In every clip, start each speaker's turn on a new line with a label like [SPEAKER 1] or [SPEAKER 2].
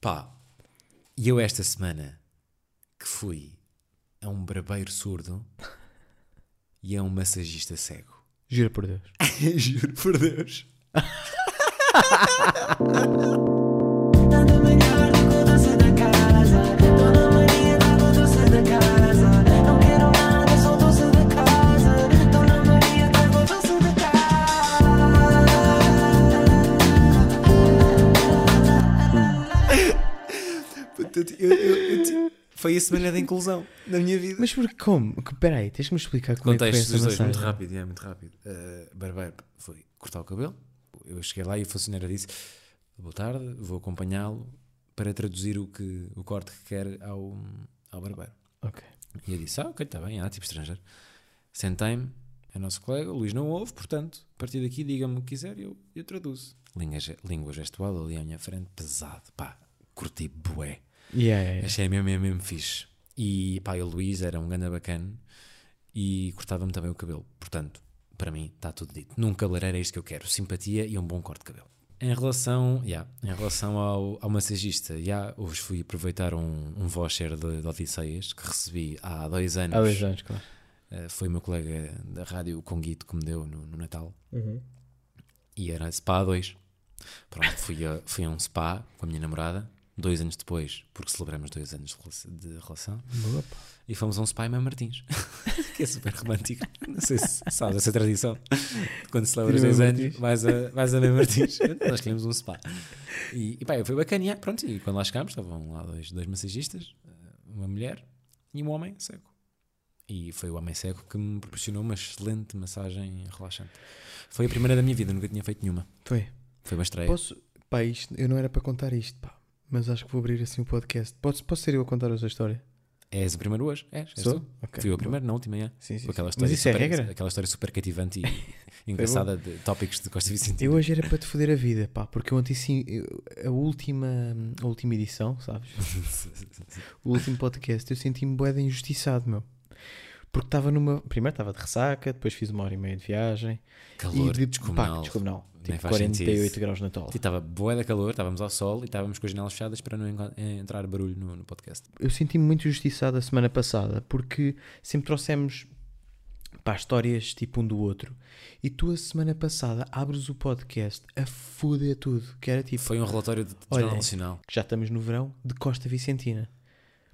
[SPEAKER 1] Pá, e eu esta semana que fui a um barbeiro surdo e a um massagista cego.
[SPEAKER 2] Juro por Deus.
[SPEAKER 1] Juro por Deus.
[SPEAKER 3] Dona Maria da Codorça da casa. Dona Maria da Codorça da casa. Não quero nada, sou doce da casa. Dona Maria da Codorça da casa.
[SPEAKER 1] Portanto, eu- eu- eu ti- foi a semana da inclusão na minha vida.
[SPEAKER 2] Mas por como? Que- Espera aí, tens-me explicar como é que
[SPEAKER 1] Contexto
[SPEAKER 2] foi
[SPEAKER 1] dos
[SPEAKER 2] essa
[SPEAKER 1] dois, muito
[SPEAKER 2] massagem.
[SPEAKER 1] rápido, é, muito rápido. Uh, barbeiro foi cortar o cabelo. Eu cheguei lá e a funcionária disse: Boa tarde, vou acompanhá-lo para traduzir o, que, o corte que quer ao, ao barbeiro.
[SPEAKER 2] Ok.
[SPEAKER 1] E eu disse: Ah, ok, está bem, há tipo estrangeiro. Sentei-me, é nosso colega, o Luís não ouve, portanto, a partir daqui diga-me o que quiser e eu, eu traduzo. Língua, ge- língua gestual ali à minha frente, pesado, pá, curti bué.
[SPEAKER 2] Yeah, yeah, yeah.
[SPEAKER 1] Achei mesmo, mesmo, mesmo fixe. E pá, e o Luís era um ganda bacana e cortava-me também o cabelo. Portanto, para mim está tudo dito. Num cabeleireiro é isto que eu quero: simpatia e um bom corte de cabelo. Em relação, yeah, em relação ao, ao massagista, yeah, hoje fui aproveitar um, um voucher de, de Odisseias que recebi há dois anos.
[SPEAKER 2] Há dois anos, claro.
[SPEAKER 1] Eh, foi o meu colega da rádio, o Conguito, que me deu no, no Natal.
[SPEAKER 2] Uhum.
[SPEAKER 1] E era spa 2. Pronto, fui a, fui a um spa com a minha namorada, dois anos depois, porque celebramos dois anos de relac- de relação.
[SPEAKER 2] Boa, pá.
[SPEAKER 1] E fomos a um spa em Mãe Martins, que é super romântico. Não sei se sabes essa tradição. Quando celebras
[SPEAKER 2] Ir a
[SPEAKER 1] dois
[SPEAKER 2] Mãe
[SPEAKER 1] anos,
[SPEAKER 2] Martins.
[SPEAKER 1] vais a, vais a Mãe Martins. Nós queríamos um spa. E, e pá, foi bacana. e, é, Pronto, e quando lá chegámos, estavam lá dois, dois massagistas, uma mulher e um homem seco. E foi o homem seco que me proporcionou uma excelente massagem relaxante. Foi a primeira da minha vida, nunca tinha feito nenhuma.
[SPEAKER 2] Foi.
[SPEAKER 1] Foi uma estreia.
[SPEAKER 2] é. Posso. Pá, isto, eu não era para contar isto, pá. Mas acho que vou abrir assim o podcast. Posso, posso ser eu a contar a história?
[SPEAKER 1] És o primeiro hoje? És, és
[SPEAKER 2] Sou?
[SPEAKER 1] tu?
[SPEAKER 2] Ok.
[SPEAKER 1] Fui o primeiro, na última, é.
[SPEAKER 2] Sim, sim.
[SPEAKER 1] Com aquela
[SPEAKER 2] sim.
[SPEAKER 1] história,
[SPEAKER 2] Mas isso é
[SPEAKER 1] super,
[SPEAKER 2] regra?
[SPEAKER 1] aquela história super cativante e engraçada de tópicos de Costa Vicente.
[SPEAKER 2] Eu hoje era para te foder a vida, pá, porque eu ontem sim, eu- a última, a última edição, sabes? o último podcast, eu senti-me boeda injustiçado, meu. Porque estava numa. Primeiro estava de ressaca, depois fiz uma hora e meia de viagem.
[SPEAKER 1] Calor
[SPEAKER 2] e de,
[SPEAKER 1] descomunal.
[SPEAKER 2] Pá, descomunal.
[SPEAKER 1] Nem
[SPEAKER 2] Tipo
[SPEAKER 1] faz sentido.
[SPEAKER 2] 48 graus na tola.
[SPEAKER 1] E Estava boa da calor, estávamos ao sol e estávamos com as janelas fechadas para não enco- eh, entrar barulho no, no podcast.
[SPEAKER 2] eu senti-me muito injustiçado a semana passada porque sempre trouxemos pá, histórias tipo um do outro e tu a semana passada abres o podcast a foder tudo que era tipo
[SPEAKER 1] Foi um relatório de, de
[SPEAKER 2] Olha,
[SPEAKER 1] Jornal Nacional.
[SPEAKER 2] que já estamos no verão de Costa Vicentina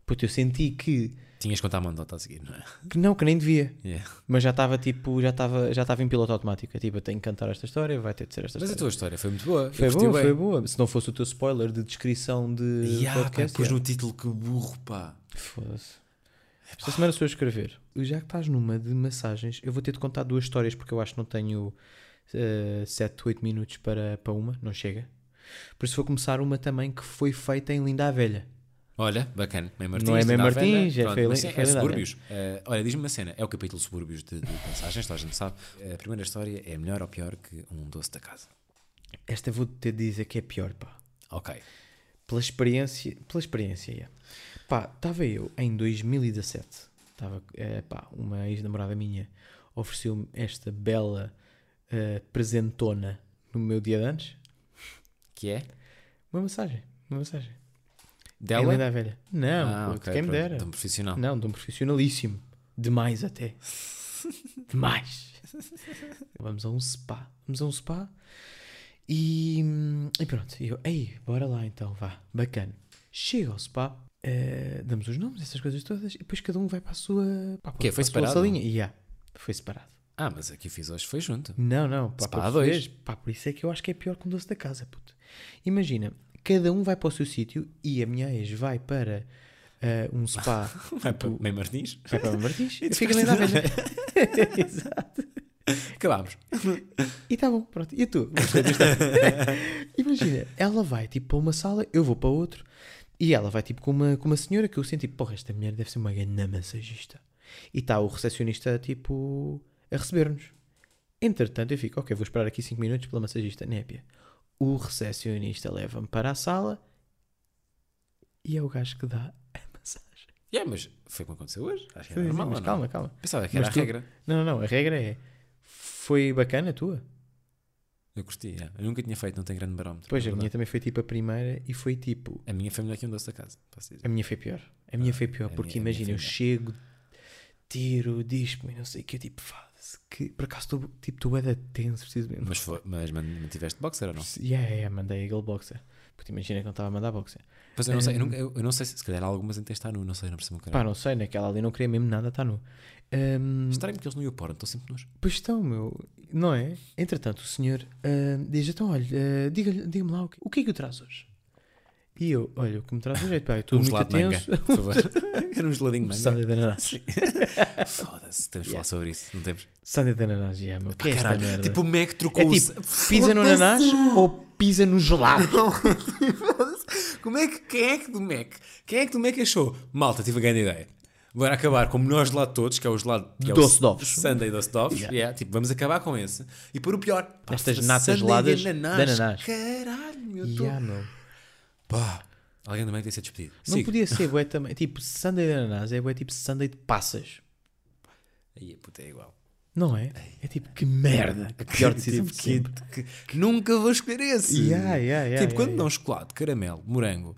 [SPEAKER 2] porque eu senti que,
[SPEAKER 1] Tinhas que contar a mandota a seguir, não é?
[SPEAKER 2] que não, que nem devia
[SPEAKER 1] Yeah.
[SPEAKER 2] mas já estava tipo já estava já estava em piloto automático é tipo eu tenho que cantar esta história vai ter de ser esta
[SPEAKER 1] Mas a
[SPEAKER 2] história
[SPEAKER 1] tua história foi muito boa.
[SPEAKER 2] foi
[SPEAKER 1] Eu curti
[SPEAKER 2] boa
[SPEAKER 1] bué.
[SPEAKER 2] foi boa se não fosse o teu spoiler de descrição de
[SPEAKER 1] Yeah, pá,
[SPEAKER 2] podcast
[SPEAKER 1] pus
[SPEAKER 2] yeah.
[SPEAKER 1] no título que burro, pá.
[SPEAKER 2] Foda-se. Esta semana sou eu a escrever. Já que estás numa de massagens, eu vou ter de contar duas histórias porque eu acho que não tenho 7, 8 minutos para, para uma, não chega. Por isso vou começar uma também que foi feita em Linda a Velha.
[SPEAKER 1] Olha, bacana. Mem Martins,
[SPEAKER 2] Não é Mem
[SPEAKER 1] Linda Avelha.
[SPEAKER 2] Martins, é
[SPEAKER 1] Pronto,
[SPEAKER 2] Fel-
[SPEAKER 1] mas sim, é
[SPEAKER 2] Fel-
[SPEAKER 1] subúrbios. Eh, olha, diz-me uma cena. É o capítulo subúrbios de, de passagens, toda a gente sabe. A primeira história é melhor ou pior que um doce da casa.
[SPEAKER 2] Esta vou ter de dizer que é pior, pá.
[SPEAKER 1] Ok.
[SPEAKER 2] Pela experiência, pela experiência, yeah. pá, estava eu em 2017, estava, eh, pá, uma ex-namorada minha ofereceu-me esta bela eh, presentona no meu dia de antes,
[SPEAKER 1] Que é?
[SPEAKER 2] uma massagem, uma massagem.
[SPEAKER 1] Dela?
[SPEAKER 2] Em Linda a é Velha. Não,
[SPEAKER 1] Ah,
[SPEAKER 2] pô,
[SPEAKER 1] ok,
[SPEAKER 2] quem me
[SPEAKER 1] pronto,
[SPEAKER 2] dera.
[SPEAKER 1] De um profissional.
[SPEAKER 2] Não, de um profissionalíssimo. Demais até. Demais. Vamos a um spa. Vamos a um spa. E, e pronto. E eu, ei, bora lá então, vá. Bacana. Chega ao spa. eh, damos os nomes, essas coisas todas. E depois cada um vai para a sua, pá,
[SPEAKER 1] Quê?
[SPEAKER 2] para
[SPEAKER 1] Foi
[SPEAKER 2] a sua
[SPEAKER 1] separado?
[SPEAKER 2] salinha. Yeah, foi separado.
[SPEAKER 1] Ah, mas aqui fiz hoje foi junto.
[SPEAKER 2] Não, não. Pá,
[SPEAKER 1] Spa
[SPEAKER 2] para
[SPEAKER 1] a dois.
[SPEAKER 2] perceberes, Pá, por isso é que eu acho que é pior que um doce da casa, puto. Imagina, cada um vai para o seu sítio e a minha ex vai para eh, um spa.
[SPEAKER 1] Vai para Mem Martins.
[SPEAKER 2] Vai para o Martins.
[SPEAKER 1] E
[SPEAKER 2] Fica
[SPEAKER 1] depois-
[SPEAKER 2] ali na velha. Exato.
[SPEAKER 1] Acabámos.
[SPEAKER 2] E tá bom, pronto. E tu? Gostei disto. é Imagina, ela vai tipo para uma sala, eu vou para outra. E ela vai tipo com uma, com uma senhora que eu sinto tipo, porra, esta mulher deve ser uma grande massagista. E está o recepcionista tipo a receber-nos. Entretanto, eu fico, ok, vou esperar aqui 5 minutos pela massagista Népia. O recepcionista leva-me para a sala e é o gajo que dá a massagem.
[SPEAKER 1] Yeah, mas foi como aconteceu hoje. Acho que
[SPEAKER 2] Sim,
[SPEAKER 1] é
[SPEAKER 2] sim,
[SPEAKER 1] normal.
[SPEAKER 2] mas
[SPEAKER 1] ou não?
[SPEAKER 2] calma, calma.
[SPEAKER 1] Pensava que era
[SPEAKER 2] Mas
[SPEAKER 1] a
[SPEAKER 2] tu-
[SPEAKER 1] regra.
[SPEAKER 2] Não, não, não, a regra é foi bacana a tua.
[SPEAKER 1] Eu curti, yeah. eu nunca tinha feito, não tem grande barómetro.
[SPEAKER 2] Pois,
[SPEAKER 1] é
[SPEAKER 2] a minha
[SPEAKER 1] verdade.
[SPEAKER 2] também foi tipo a primeira e foi tipo.
[SPEAKER 1] a minha foi melhor que um doce da casa. Posso dizer.
[SPEAKER 2] A minha foi pior. A minha foi pior,
[SPEAKER 1] Ah, a
[SPEAKER 2] porque
[SPEAKER 1] minha- a minha
[SPEAKER 2] imagina,
[SPEAKER 1] foi
[SPEAKER 2] eu
[SPEAKER 1] melhor.
[SPEAKER 2] chego, tiro, dispo e não sei o que, eu tipo, foda-se, que por acaso estou tipo, tu é da tenso, preciso mesmo.
[SPEAKER 1] Mas, foi, mas man- mantiveste boxer ou não?
[SPEAKER 2] Yeah, yeah, yeah, mandei aquele boxer. Porque imagina que não estava a mandar boxer.
[SPEAKER 1] Pois eu não sei, eu, nunca- eu- eu não sei se, se calhar há algumas em que está nu, não sei, não percebo o
[SPEAKER 2] Pá,
[SPEAKER 1] caralho.
[SPEAKER 2] não sei, naquela ali não queria mesmo nada, está nu. Ahm,
[SPEAKER 1] Estranho que eles não iam pôr, estão sempre nós.
[SPEAKER 2] Pois estão, meu. Não é? Entretanto, o senhor ah, diz: então, olha, ah, diga-lhe- diga-me lá o que, o que é que o traz hoje? E eu, olha, o que me traz hoje é, pá, eu estou
[SPEAKER 1] Um
[SPEAKER 2] muito
[SPEAKER 1] gelado de manga,
[SPEAKER 2] tenso.
[SPEAKER 1] por favor. Era um geladinho de manga.
[SPEAKER 2] Sandy de ananás.
[SPEAKER 1] Foda-se, temos de falar sobre isso, não temos?
[SPEAKER 2] Sandy de ananás, yeah, meu. Que é esta
[SPEAKER 1] Caralho,
[SPEAKER 2] merda?
[SPEAKER 1] tipo o Mac trocou
[SPEAKER 2] é
[SPEAKER 1] o-
[SPEAKER 2] tipo, pisa no ananás ou pisa no gelado?
[SPEAKER 1] Como é que, quem é que do Mac? Quem é que do Mac achou? Malta, tive a grande ideia. Bora acabar com o melhor gelado de todos, que é o gelado que é o
[SPEAKER 2] Doce de ovos.
[SPEAKER 1] Sunday Doce de ovos.
[SPEAKER 2] Yeah.
[SPEAKER 1] Yeah, tipo, vamos acabar com esse. E por o pior, pá,
[SPEAKER 2] Estas
[SPEAKER 1] Sunday
[SPEAKER 2] natas
[SPEAKER 1] de
[SPEAKER 2] geladas
[SPEAKER 1] ananás.
[SPEAKER 2] de ananás.
[SPEAKER 1] Caralho, meu
[SPEAKER 2] Yeah,
[SPEAKER 1] tô-
[SPEAKER 2] ah, meu.
[SPEAKER 1] Pá, alguém do Mac tem de ser despedido.
[SPEAKER 2] Não
[SPEAKER 1] Sigo.
[SPEAKER 2] podia ser, bué, também. Tipo, Sunday de ananás é, bué, tipo, Sunday de passas.
[SPEAKER 1] Aí, puta, é igual.
[SPEAKER 2] Não é? É tipo, que merda. Que pior decisão
[SPEAKER 1] Tipo,
[SPEAKER 2] de
[SPEAKER 1] que-
[SPEAKER 2] sempre.
[SPEAKER 1] que- que nunca vou escolher esse.
[SPEAKER 2] Yeah, yeah, yeah,
[SPEAKER 1] tipo,
[SPEAKER 2] yeah,
[SPEAKER 1] quando
[SPEAKER 2] yeah.
[SPEAKER 1] dão chocolate, caramelo, morango,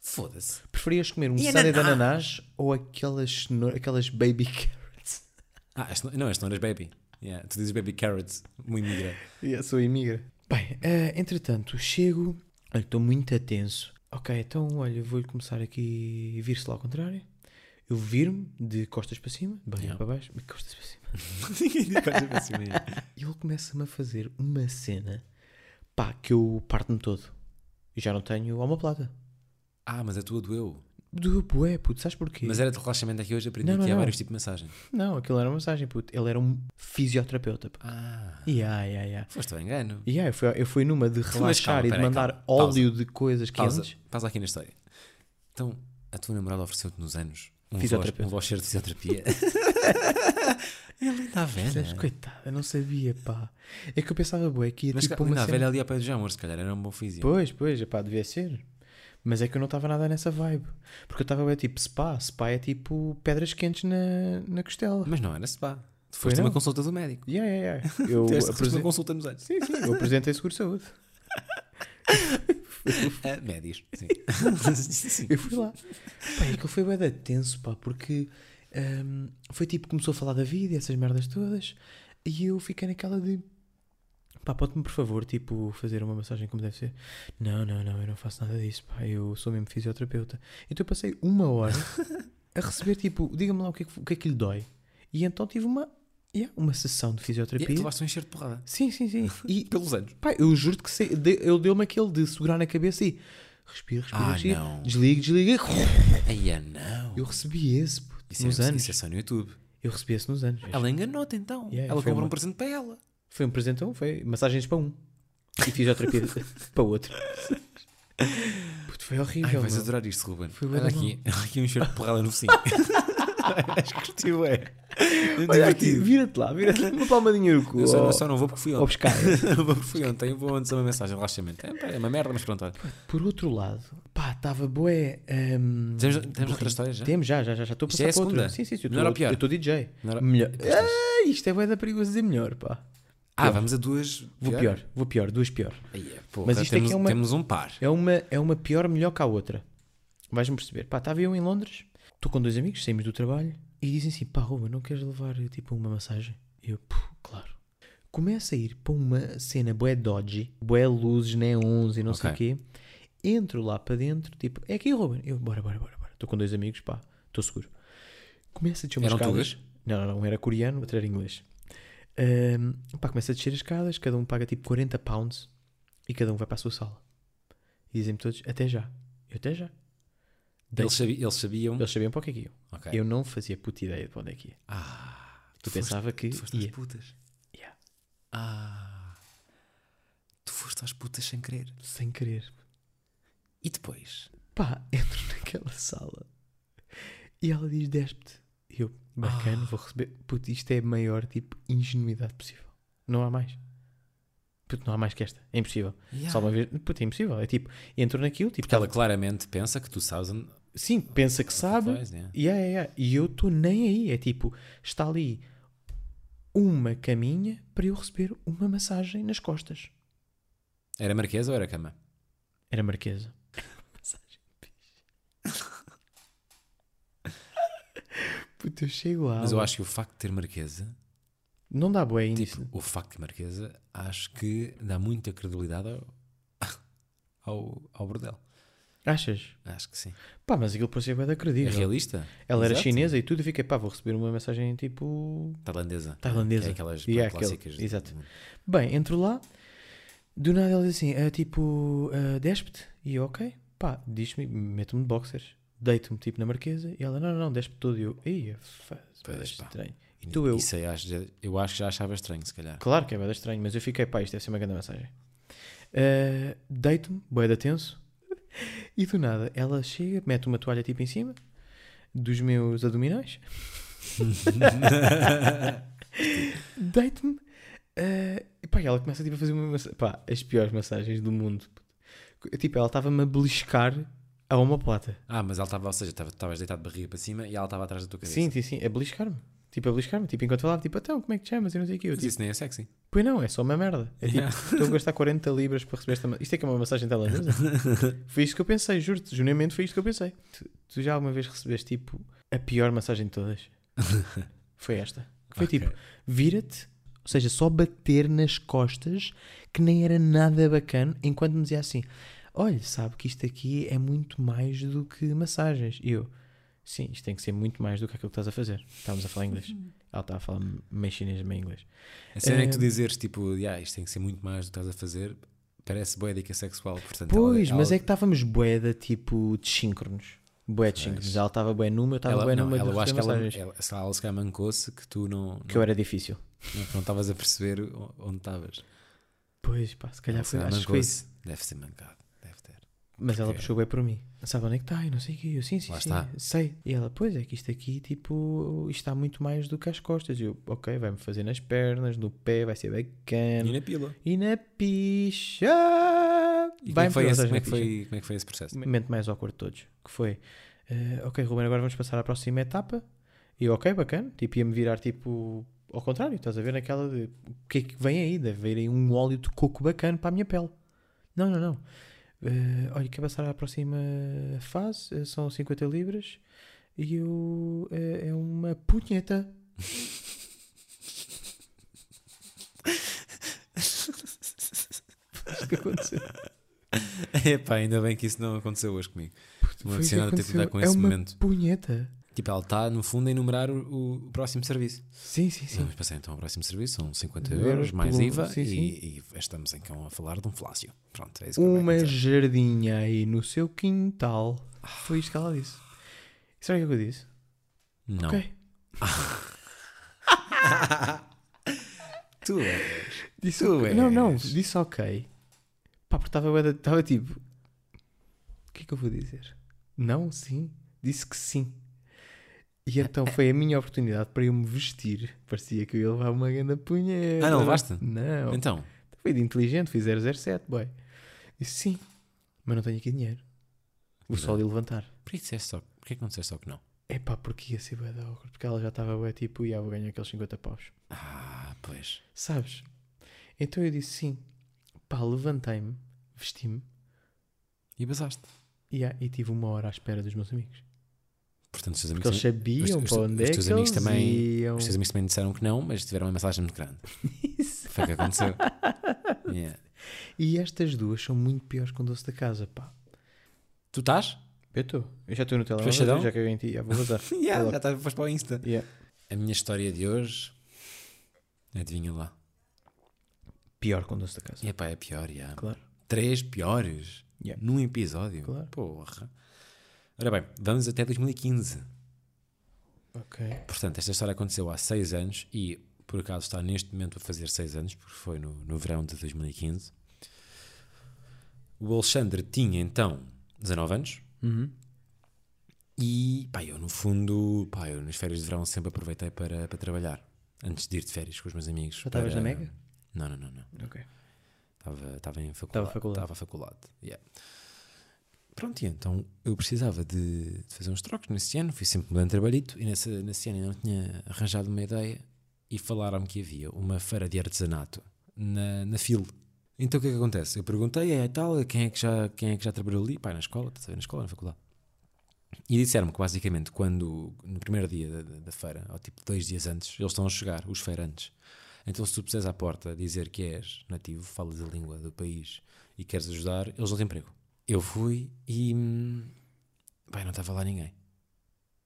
[SPEAKER 1] foda-se.
[SPEAKER 2] Preferias comer um
[SPEAKER 1] E
[SPEAKER 2] sundae de
[SPEAKER 1] ananás?
[SPEAKER 2] ananás ou aquelas, ceno- aquelas baby carrots?
[SPEAKER 1] Ah, este não, não, este não eras baby. Yeah, tu dizes baby carrots, muito migra.
[SPEAKER 2] Yeah, sou imigra. Bem, eh, entretanto, chego. Olha, estou muito tenso. Ok, então, olha, vou-lhe começar aqui. Vir-se lá ao contrário. Eu viro-me de costas para cima, de barriga
[SPEAKER 1] Yeah.
[SPEAKER 2] para baixo, de costas para cima.
[SPEAKER 1] Ninguém diz coisas para cima, yeah.
[SPEAKER 2] E ele começa-me a fazer uma cena, pá, que eu parto-me todo. E já não tenho omoplata.
[SPEAKER 1] Ah, mas a tua doeu.
[SPEAKER 2] Do bué, puto, sabes porquê?
[SPEAKER 1] Mas é- era de relaxamento aqui hoje, aprendi
[SPEAKER 2] Não, não,
[SPEAKER 1] que há
[SPEAKER 2] não.
[SPEAKER 1] vários tipos de massagem.
[SPEAKER 2] Não, aquilo era uma massagem, puto. Ele era um fisioterapeuta, pá.
[SPEAKER 1] Ah,
[SPEAKER 2] Yeah, yeah, yeah.
[SPEAKER 1] foste ao engano.
[SPEAKER 2] Yeah, eu, fui, eu fui numa de
[SPEAKER 1] Mas
[SPEAKER 2] relaxar
[SPEAKER 1] calma,
[SPEAKER 2] e de
[SPEAKER 1] peraí,
[SPEAKER 2] mandar
[SPEAKER 1] calma. Pausa.
[SPEAKER 2] óleo de coisas
[SPEAKER 1] Pausa,
[SPEAKER 2] quentes.
[SPEAKER 1] pausa aqui na história. Então, a tua namorada ofereceu-te nos anos um
[SPEAKER 2] Fisioterapeuta.
[SPEAKER 1] voucher- um voucher de fisioterapia. Ela ainda né? à
[SPEAKER 2] Sabes,
[SPEAKER 1] velha.
[SPEAKER 2] Coitada, eu não sabia, pá. É que eu pensava, bué, que ia
[SPEAKER 1] Mas
[SPEAKER 2] tipo
[SPEAKER 1] calma, ainda
[SPEAKER 2] uma
[SPEAKER 1] à
[SPEAKER 2] cena...
[SPEAKER 1] velha ali à pé do Jamor, se calhar era um bom físico.
[SPEAKER 2] Pois, pois, pá, devia ser. Mas é que eu não estava nada nessa vibe. Porque eu estava, bué, tipo, spa. Spa é tipo pedras quentes na, na costela.
[SPEAKER 1] Mas não era spa. Tu foste a uma
[SPEAKER 2] não?
[SPEAKER 1] consulta do médico.
[SPEAKER 2] Yeah, yeah, yeah. Eu,
[SPEAKER 1] Tu tiveste que receber uma
[SPEAKER 2] apresen...
[SPEAKER 1] consulta nos anos.
[SPEAKER 2] sim, sim, eu apresentei seguro-saúde.
[SPEAKER 1] Ah, médios. Sim. Sim.
[SPEAKER 2] Eu fui lá. Pá, e aquilo foi bué da tenso, pá, porque hum, foi tipo, começou a falar da vida e essas merdas todas, e eu fiquei naquela de pá, pode-me por favor, tipo, fazer uma massagem como deve ser? Não, não, não, eu não faço nada disso, pá, eu sou mesmo fisioterapeuta. Então eu passei uma hora a receber, tipo, diga-me lá o que, é que, o que é que lhe dói. E então tive uma, yeah, uma sessão de
[SPEAKER 1] E tu
[SPEAKER 2] fisioterapia.
[SPEAKER 1] levaste um encher de porrada.
[SPEAKER 2] Sim, sim, sim. E,
[SPEAKER 1] Pelos anos.
[SPEAKER 2] Pá, eu juro-te que sei, de- eu deu-me aquele de segurar na cabeça e respira, respira,
[SPEAKER 1] Ah,
[SPEAKER 2] respira,
[SPEAKER 1] não.
[SPEAKER 2] desliga, desliga.
[SPEAKER 1] Ai, ah, não.
[SPEAKER 2] Eu recebi esse puto,
[SPEAKER 1] Isso
[SPEAKER 2] nos
[SPEAKER 1] é,
[SPEAKER 2] anos.
[SPEAKER 1] Isso é só no YouTube.
[SPEAKER 2] Eu recebi esse nos anos.
[SPEAKER 1] Ela enganou-te então.
[SPEAKER 2] Yeah,
[SPEAKER 1] ela
[SPEAKER 2] foi
[SPEAKER 1] comprou
[SPEAKER 2] uma-
[SPEAKER 1] um presente para ela.
[SPEAKER 2] Foi um presentão, foi massagens para um e fisioterapia para outro. Puto, foi
[SPEAKER 1] Ai,
[SPEAKER 2] horrível.
[SPEAKER 1] vais
[SPEAKER 2] meu.
[SPEAKER 1] adorar isto, Ruben.
[SPEAKER 2] Foi bué
[SPEAKER 1] Olha
[SPEAKER 2] da
[SPEAKER 1] aqui, olha aqui um cheiro de porrada no focinho. Acho que curtiu, é.
[SPEAKER 2] Olha aqui,
[SPEAKER 1] Divertido.
[SPEAKER 2] Vira-te lá, vira-te lá, uma palmadinha no cu.
[SPEAKER 1] Eu só, eu
[SPEAKER 2] ó-
[SPEAKER 1] só não vou porque fui
[SPEAKER 2] ó
[SPEAKER 1] ontem.
[SPEAKER 2] pescar.
[SPEAKER 1] Não vou porque fui ontem. Eu vou antes uma mensagem de relaxamento. É, pá, é uma merda, mas pronto. olha.
[SPEAKER 2] Por outro lado, pá, estava boé. hum,
[SPEAKER 1] Temos, temos outra história já?
[SPEAKER 2] Temos, já, já, já, já estou a
[SPEAKER 1] Isto
[SPEAKER 2] passar
[SPEAKER 1] é a
[SPEAKER 2] para outro.
[SPEAKER 1] segunda?
[SPEAKER 2] Sim, sim, sim. eu
[SPEAKER 1] Não
[SPEAKER 2] tô-
[SPEAKER 1] era pior?
[SPEAKER 2] Eu estou DJ.
[SPEAKER 1] Não era-
[SPEAKER 2] Melhor. Ah, isto é bué da perigoso dizer melhor, pá.
[SPEAKER 1] Ah, vamos a duas.
[SPEAKER 2] Vou pior, vou pior, duas pior.
[SPEAKER 1] Ai, é, porra,
[SPEAKER 2] Mas isto é
[SPEAKER 1] temos,
[SPEAKER 2] que é uma-
[SPEAKER 1] temos um par.
[SPEAKER 2] É uma, é uma pior melhor que a outra. Vais-me perceber. Pá, estava eu em Londres, estou com dois amigos, saímos do trabalho e dizem assim: pá, Ruben, não queres levar eh, tipo uma massagem? E eu, "Puh, claro. Começa a ir para uma cena bué dodgy, bué luzes, neons e não sei o
[SPEAKER 1] Ok.
[SPEAKER 2] quê. Entro lá para dentro, tipo, é aqui, Ruben. Eu, bora, bora, bora, bora. Estou com dois amigos, pá, estou seguro. Começa a descer umas
[SPEAKER 1] Eram
[SPEAKER 2] escadas. Não, não, não, era coreano, outro era inglês. Ahm, pá, começa a descer as escadas, cada um paga tipo 40 pounds e cada um vai para a sua sala. E dizem-me todos, até já. Eu até já.
[SPEAKER 1] Eles, sabi- eles sabiam.
[SPEAKER 2] Eles sabiam para o que é que iam.
[SPEAKER 1] Ok.
[SPEAKER 2] Eu não fazia puta ideia de para onde é que ia.
[SPEAKER 1] Ah,
[SPEAKER 2] Tu pensava que
[SPEAKER 1] Tu foste às
[SPEAKER 2] ia.
[SPEAKER 1] putas.
[SPEAKER 2] Yeah.
[SPEAKER 1] Ah. Tu foste às putas sem querer.
[SPEAKER 2] Sem querer.
[SPEAKER 1] E depois?
[SPEAKER 2] Pá, entro naquela sala e ela diz, despe-te. E eu,
[SPEAKER 1] Ah.
[SPEAKER 2] bacana, vou receber. Puto, isto é a maior, tipo, ingenuidade possível. Não há mais. Puto, não há mais que esta. É impossível.
[SPEAKER 1] Yeah.
[SPEAKER 2] Só uma vez. Puto, é impossível. É tipo, entro naquilo, tipo,
[SPEAKER 1] Porque ela claramente pensa que tu sabes onde
[SPEAKER 2] sim, pensa que sabe.
[SPEAKER 1] vais, né?
[SPEAKER 2] Yeah, yeah, yeah. E eu estou nem aí. É tipo, está ali uma caminha para eu receber uma massagem nas costas.
[SPEAKER 1] Era marquesa ou era cama?
[SPEAKER 2] Era marquesa. massagem de Puta, eu chego lá.
[SPEAKER 1] Mas eu acho que o facto de ter marquesa,
[SPEAKER 2] Não dá boa ainda.
[SPEAKER 1] tipo, o facto de marquesa, acho que dá muita credibilidade ao, ao, ao bordel.
[SPEAKER 2] Achas?
[SPEAKER 1] Acho que sim.
[SPEAKER 2] Pá, mas aquilo parecia bem
[SPEAKER 1] É
[SPEAKER 2] credível.
[SPEAKER 1] realista?
[SPEAKER 2] Ela era
[SPEAKER 1] Exato.
[SPEAKER 2] chinesa e tudo, e fiquei, pá, vou receber uma mensagem tipo.
[SPEAKER 1] Tailandesa.
[SPEAKER 2] Tailandesa.
[SPEAKER 1] Que é aquelas
[SPEAKER 2] E é aquela-
[SPEAKER 1] clássicas. de-
[SPEAKER 2] exato. Bem, entro lá, do nada ela diz assim, ah, tipo, ah, despe-te, e eu, ok, pá, diz-me, mete-me de boxers, deito-me tipo na marquesa, e ela, não, não, não, despe todo, e eu, ia, faz,
[SPEAKER 1] Pois,
[SPEAKER 2] bué
[SPEAKER 1] pá.
[SPEAKER 2] estranho. E tu, eu,
[SPEAKER 1] Isso aí acho, eu acho que já achava estranho, se calhar.
[SPEAKER 2] claro que é bem estranho, mas eu fiquei, pá, isto deve ser uma grande mensagem. Ah, deito-me, boeda tenso, e do nada ela chega, mete uma toalha tipo em cima, dos meus abdominais, deito-me. eh, e pá, e ela começa tipo, a fazer uma massa- pá, as piores massagens do mundo. puto. Tipo, ela estava-me a beliscar a homoplata.
[SPEAKER 1] Ah, mas ela estava, ou seja, estava- estavas deitado de barriga para cima e ela estava atrás da tua cabeça.
[SPEAKER 2] Sim, sim, sim, a beliscar-me. Tipo, a beliscar-me. Tipo, enquanto falava, tipo, então, como é que te chamas? E não sei o que. Eu,
[SPEAKER 1] Mas
[SPEAKER 2] tipo,
[SPEAKER 1] isso nem é sexy.
[SPEAKER 2] pois não, é só uma merda. É tipo, estou a gastar 40 libras para receber esta. ma- Isto é que é uma massagem tailandesa? foi isto que eu pensei, juro-te. Juniamente foi isto que eu pensei. Tu, tu já alguma vez recebeste, tipo, a pior massagem de todas? foi esta. Que Foi tipo,
[SPEAKER 1] Ok.
[SPEAKER 2] vira-te, ou seja, só bater nas costas, que nem era nada bacana, enquanto me dizia assim: Olha, sabe que isto aqui é muito mais do que massagens. E eu, sim, isto tem que ser muito mais do que aquilo que estás a fazer. Estávamos a falar inglês. Ela estava a falar meio chinês, meio inglês.
[SPEAKER 1] A cena é que tu
[SPEAKER 2] Eh,
[SPEAKER 1] dizeres, tipo, "Ya, isto tem que ser muito mais do que estás a fazer, parece boa dica sexual. Portanto,
[SPEAKER 2] Pois,
[SPEAKER 1] ela-
[SPEAKER 2] mas
[SPEAKER 1] ela-
[SPEAKER 2] é que estávamos boeda tipo de síncronos. Boé de síncronos. Ela estava boé numa, eu estava
[SPEAKER 1] ela,
[SPEAKER 2] boé
[SPEAKER 1] não,
[SPEAKER 2] numa
[SPEAKER 1] ela-
[SPEAKER 2] de
[SPEAKER 1] eu acho que
[SPEAKER 2] receber
[SPEAKER 1] ela,
[SPEAKER 2] massagens.
[SPEAKER 1] ela, se ela se calhar mancou-se que tu não
[SPEAKER 2] Que eu era difícil.
[SPEAKER 1] não- não estavas a perceber o- onde estavas.
[SPEAKER 2] Pois, pá, se calhar
[SPEAKER 1] Ela se
[SPEAKER 2] Ah, foi,
[SPEAKER 1] calhar
[SPEAKER 2] acho que foi isso.
[SPEAKER 1] mancou-se. Deve ser mancado, deve ter.
[SPEAKER 2] Mas ela
[SPEAKER 1] Porque-
[SPEAKER 2] puxou bem por mim. Sabe onde é que está? E não sei o que. Eu, sim, sim,
[SPEAKER 1] Lá
[SPEAKER 2] sim,
[SPEAKER 1] está.
[SPEAKER 2] sei. E ela, pois é que isto aqui, tipo, isto está muito mais do que as costas. E eu, ok, vai-me fazer nas pernas, no pé, vai ser
[SPEAKER 1] E
[SPEAKER 2] bacana.
[SPEAKER 1] na pila.
[SPEAKER 2] E na picha!
[SPEAKER 1] E como é,
[SPEAKER 2] Vai-me
[SPEAKER 1] que foi
[SPEAKER 2] fazer
[SPEAKER 1] esse,
[SPEAKER 2] massagens
[SPEAKER 1] como, é que
[SPEAKER 2] na picha.
[SPEAKER 1] foi, como é que foi esse processo?
[SPEAKER 2] momento mais awkward de todos, que foi eh, ok Ruben, agora vamos passar à próxima etapa e eu, ok, bacana, tipo ia-me virar tipo ao contrário, estás a ver naquela de o que é que vem aí, deve vir aí um óleo de coco bacana para a minha pele não, não, não Eh, olha, quer passar à próxima fase, Eh, são 50 libras e eu eh, é uma punheta Foi isto que aconteceu
[SPEAKER 1] Epá, ainda bem que isso não aconteceu hoje comigo. Não
[SPEAKER 2] Foi
[SPEAKER 1] aconteceu
[SPEAKER 2] o
[SPEAKER 1] nada
[SPEAKER 2] que
[SPEAKER 1] ter que lidar com
[SPEAKER 2] aconteceu.
[SPEAKER 1] esse
[SPEAKER 2] é uma
[SPEAKER 1] momento.
[SPEAKER 2] punheta
[SPEAKER 1] Tipo, ela está no fundo a enumerar o, o próximo serviço.
[SPEAKER 2] sim, sim, sim
[SPEAKER 1] Vamos passar então ao próximo serviço, são 50
[SPEAKER 2] Euros,
[SPEAKER 1] euros, mais
[SPEAKER 2] pelo-
[SPEAKER 1] IVA,
[SPEAKER 2] sim,
[SPEAKER 1] e,
[SPEAKER 2] sim.
[SPEAKER 1] e estamos então a falar de um flácio. Pronto, é isso que vai
[SPEAKER 2] Uma
[SPEAKER 1] acontecer.
[SPEAKER 2] jardinha aí no seu quintal. Foi isto que ela disse. Será que é o que eu disse?
[SPEAKER 1] Não.
[SPEAKER 2] Ok.
[SPEAKER 1] Tu é.
[SPEAKER 2] Disse
[SPEAKER 1] Tu
[SPEAKER 2] ok. Não, não,
[SPEAKER 1] és.
[SPEAKER 2] disse ok. Pá, porque estava bué da- estava tipo. O que é que eu vou dizer? Não, sim. Disse que sim. E
[SPEAKER 1] É,
[SPEAKER 2] então foi a minha oportunidade para eu me vestir. Parecia que eu ia levar uma grande punheta.
[SPEAKER 1] Ah, não levaste?
[SPEAKER 2] Não.
[SPEAKER 1] Então,
[SPEAKER 2] Fui de inteligente, fui 007, boy. Disse sim, mas não tenho aqui dinheiro. Vou só ali levantar.
[SPEAKER 1] porquê que, disseste só, porquê que não disseste só que não?
[SPEAKER 2] É pá, porque ia ser bué da awkward, porque ela já estava bué tipo, ia vou ganhar aqueles 50 paus.
[SPEAKER 1] Ah, pois.
[SPEAKER 2] Sabes? Então eu disse sim. Pá, levantei-me, vesti-me
[SPEAKER 1] E basaste.
[SPEAKER 2] e, ah, e tive uma hora à espera dos meus amigos.
[SPEAKER 1] Portanto, os teus
[SPEAKER 2] Porque
[SPEAKER 1] amigos,
[SPEAKER 2] eles
[SPEAKER 1] também- os- os-
[SPEAKER 2] sabiam para onde
[SPEAKER 1] os
[SPEAKER 2] é
[SPEAKER 1] teus
[SPEAKER 2] que
[SPEAKER 1] amigos
[SPEAKER 2] eles
[SPEAKER 1] também-
[SPEAKER 2] iam.
[SPEAKER 1] os teus amigos também disseram que não, mas tiveram uma mensagem muito grande. Foi o que aconteceu. Yeah.
[SPEAKER 2] E estas duas são muito piores que o doce da casa, pá.
[SPEAKER 1] Tu estás?
[SPEAKER 2] Eu estou. Eu já estou no
[SPEAKER 1] Fechadão?
[SPEAKER 2] telemóvel, já caguei em ti, já tá, vou vazar.
[SPEAKER 1] Yeah,
[SPEAKER 2] Olá.
[SPEAKER 1] já estás, foste para o Insta.
[SPEAKER 2] Yeah.
[SPEAKER 1] A minha história de hoje. Adivinha lá.
[SPEAKER 2] Pior que o doce da casa.
[SPEAKER 1] Epá, é pior, já.
[SPEAKER 2] Claro.
[SPEAKER 1] Três piores
[SPEAKER 2] Yeah.
[SPEAKER 1] num episódio.
[SPEAKER 2] Claro.
[SPEAKER 1] Porra. Ora bem, vamos até 2015.
[SPEAKER 2] Ok.
[SPEAKER 1] Portanto, esta história aconteceu há seis anos e por acaso está neste momento a fazer seis anos, porque foi no, no verão de 2015. O Alexandre tinha então 19 anos.
[SPEAKER 2] Uhum.
[SPEAKER 1] E pá, eu no fundo, pá, eu nas férias de verão sempre aproveitei para, para trabalhar. Antes de ir de férias com os meus amigos. Já
[SPEAKER 2] estavas na Mega?
[SPEAKER 1] Não, não, não, não.
[SPEAKER 2] Ok.
[SPEAKER 1] Estava, estava em faculdade.
[SPEAKER 2] Estava faculdade.
[SPEAKER 1] Estava faculdade. yeah. Pronto, e então eu precisava de, um de fazer uns trocos nesse ano, fui sempre mudando de trabalhito e nessa, nesse ano eu não tinha arranjado uma ideia e falaram-me que havia uma feira de artesanato na, na FIL. Então o que é que acontece? Eu perguntei, é tal, quem é que já, quem é que já trabalhou ali? Pai, na escola, estás a ver, na escola, na faculdade. E disseram-me que basicamente quando, no primeiro dia da, da- da feira, ou tipo dois dias antes, eles estão a chegar, os feirantes. Então se tu puseres à porta dizer que és nativo, falas a língua do país e queres ajudar, eles dão-te emprego. Eu fui e, hum, bem, não estava lá ninguém.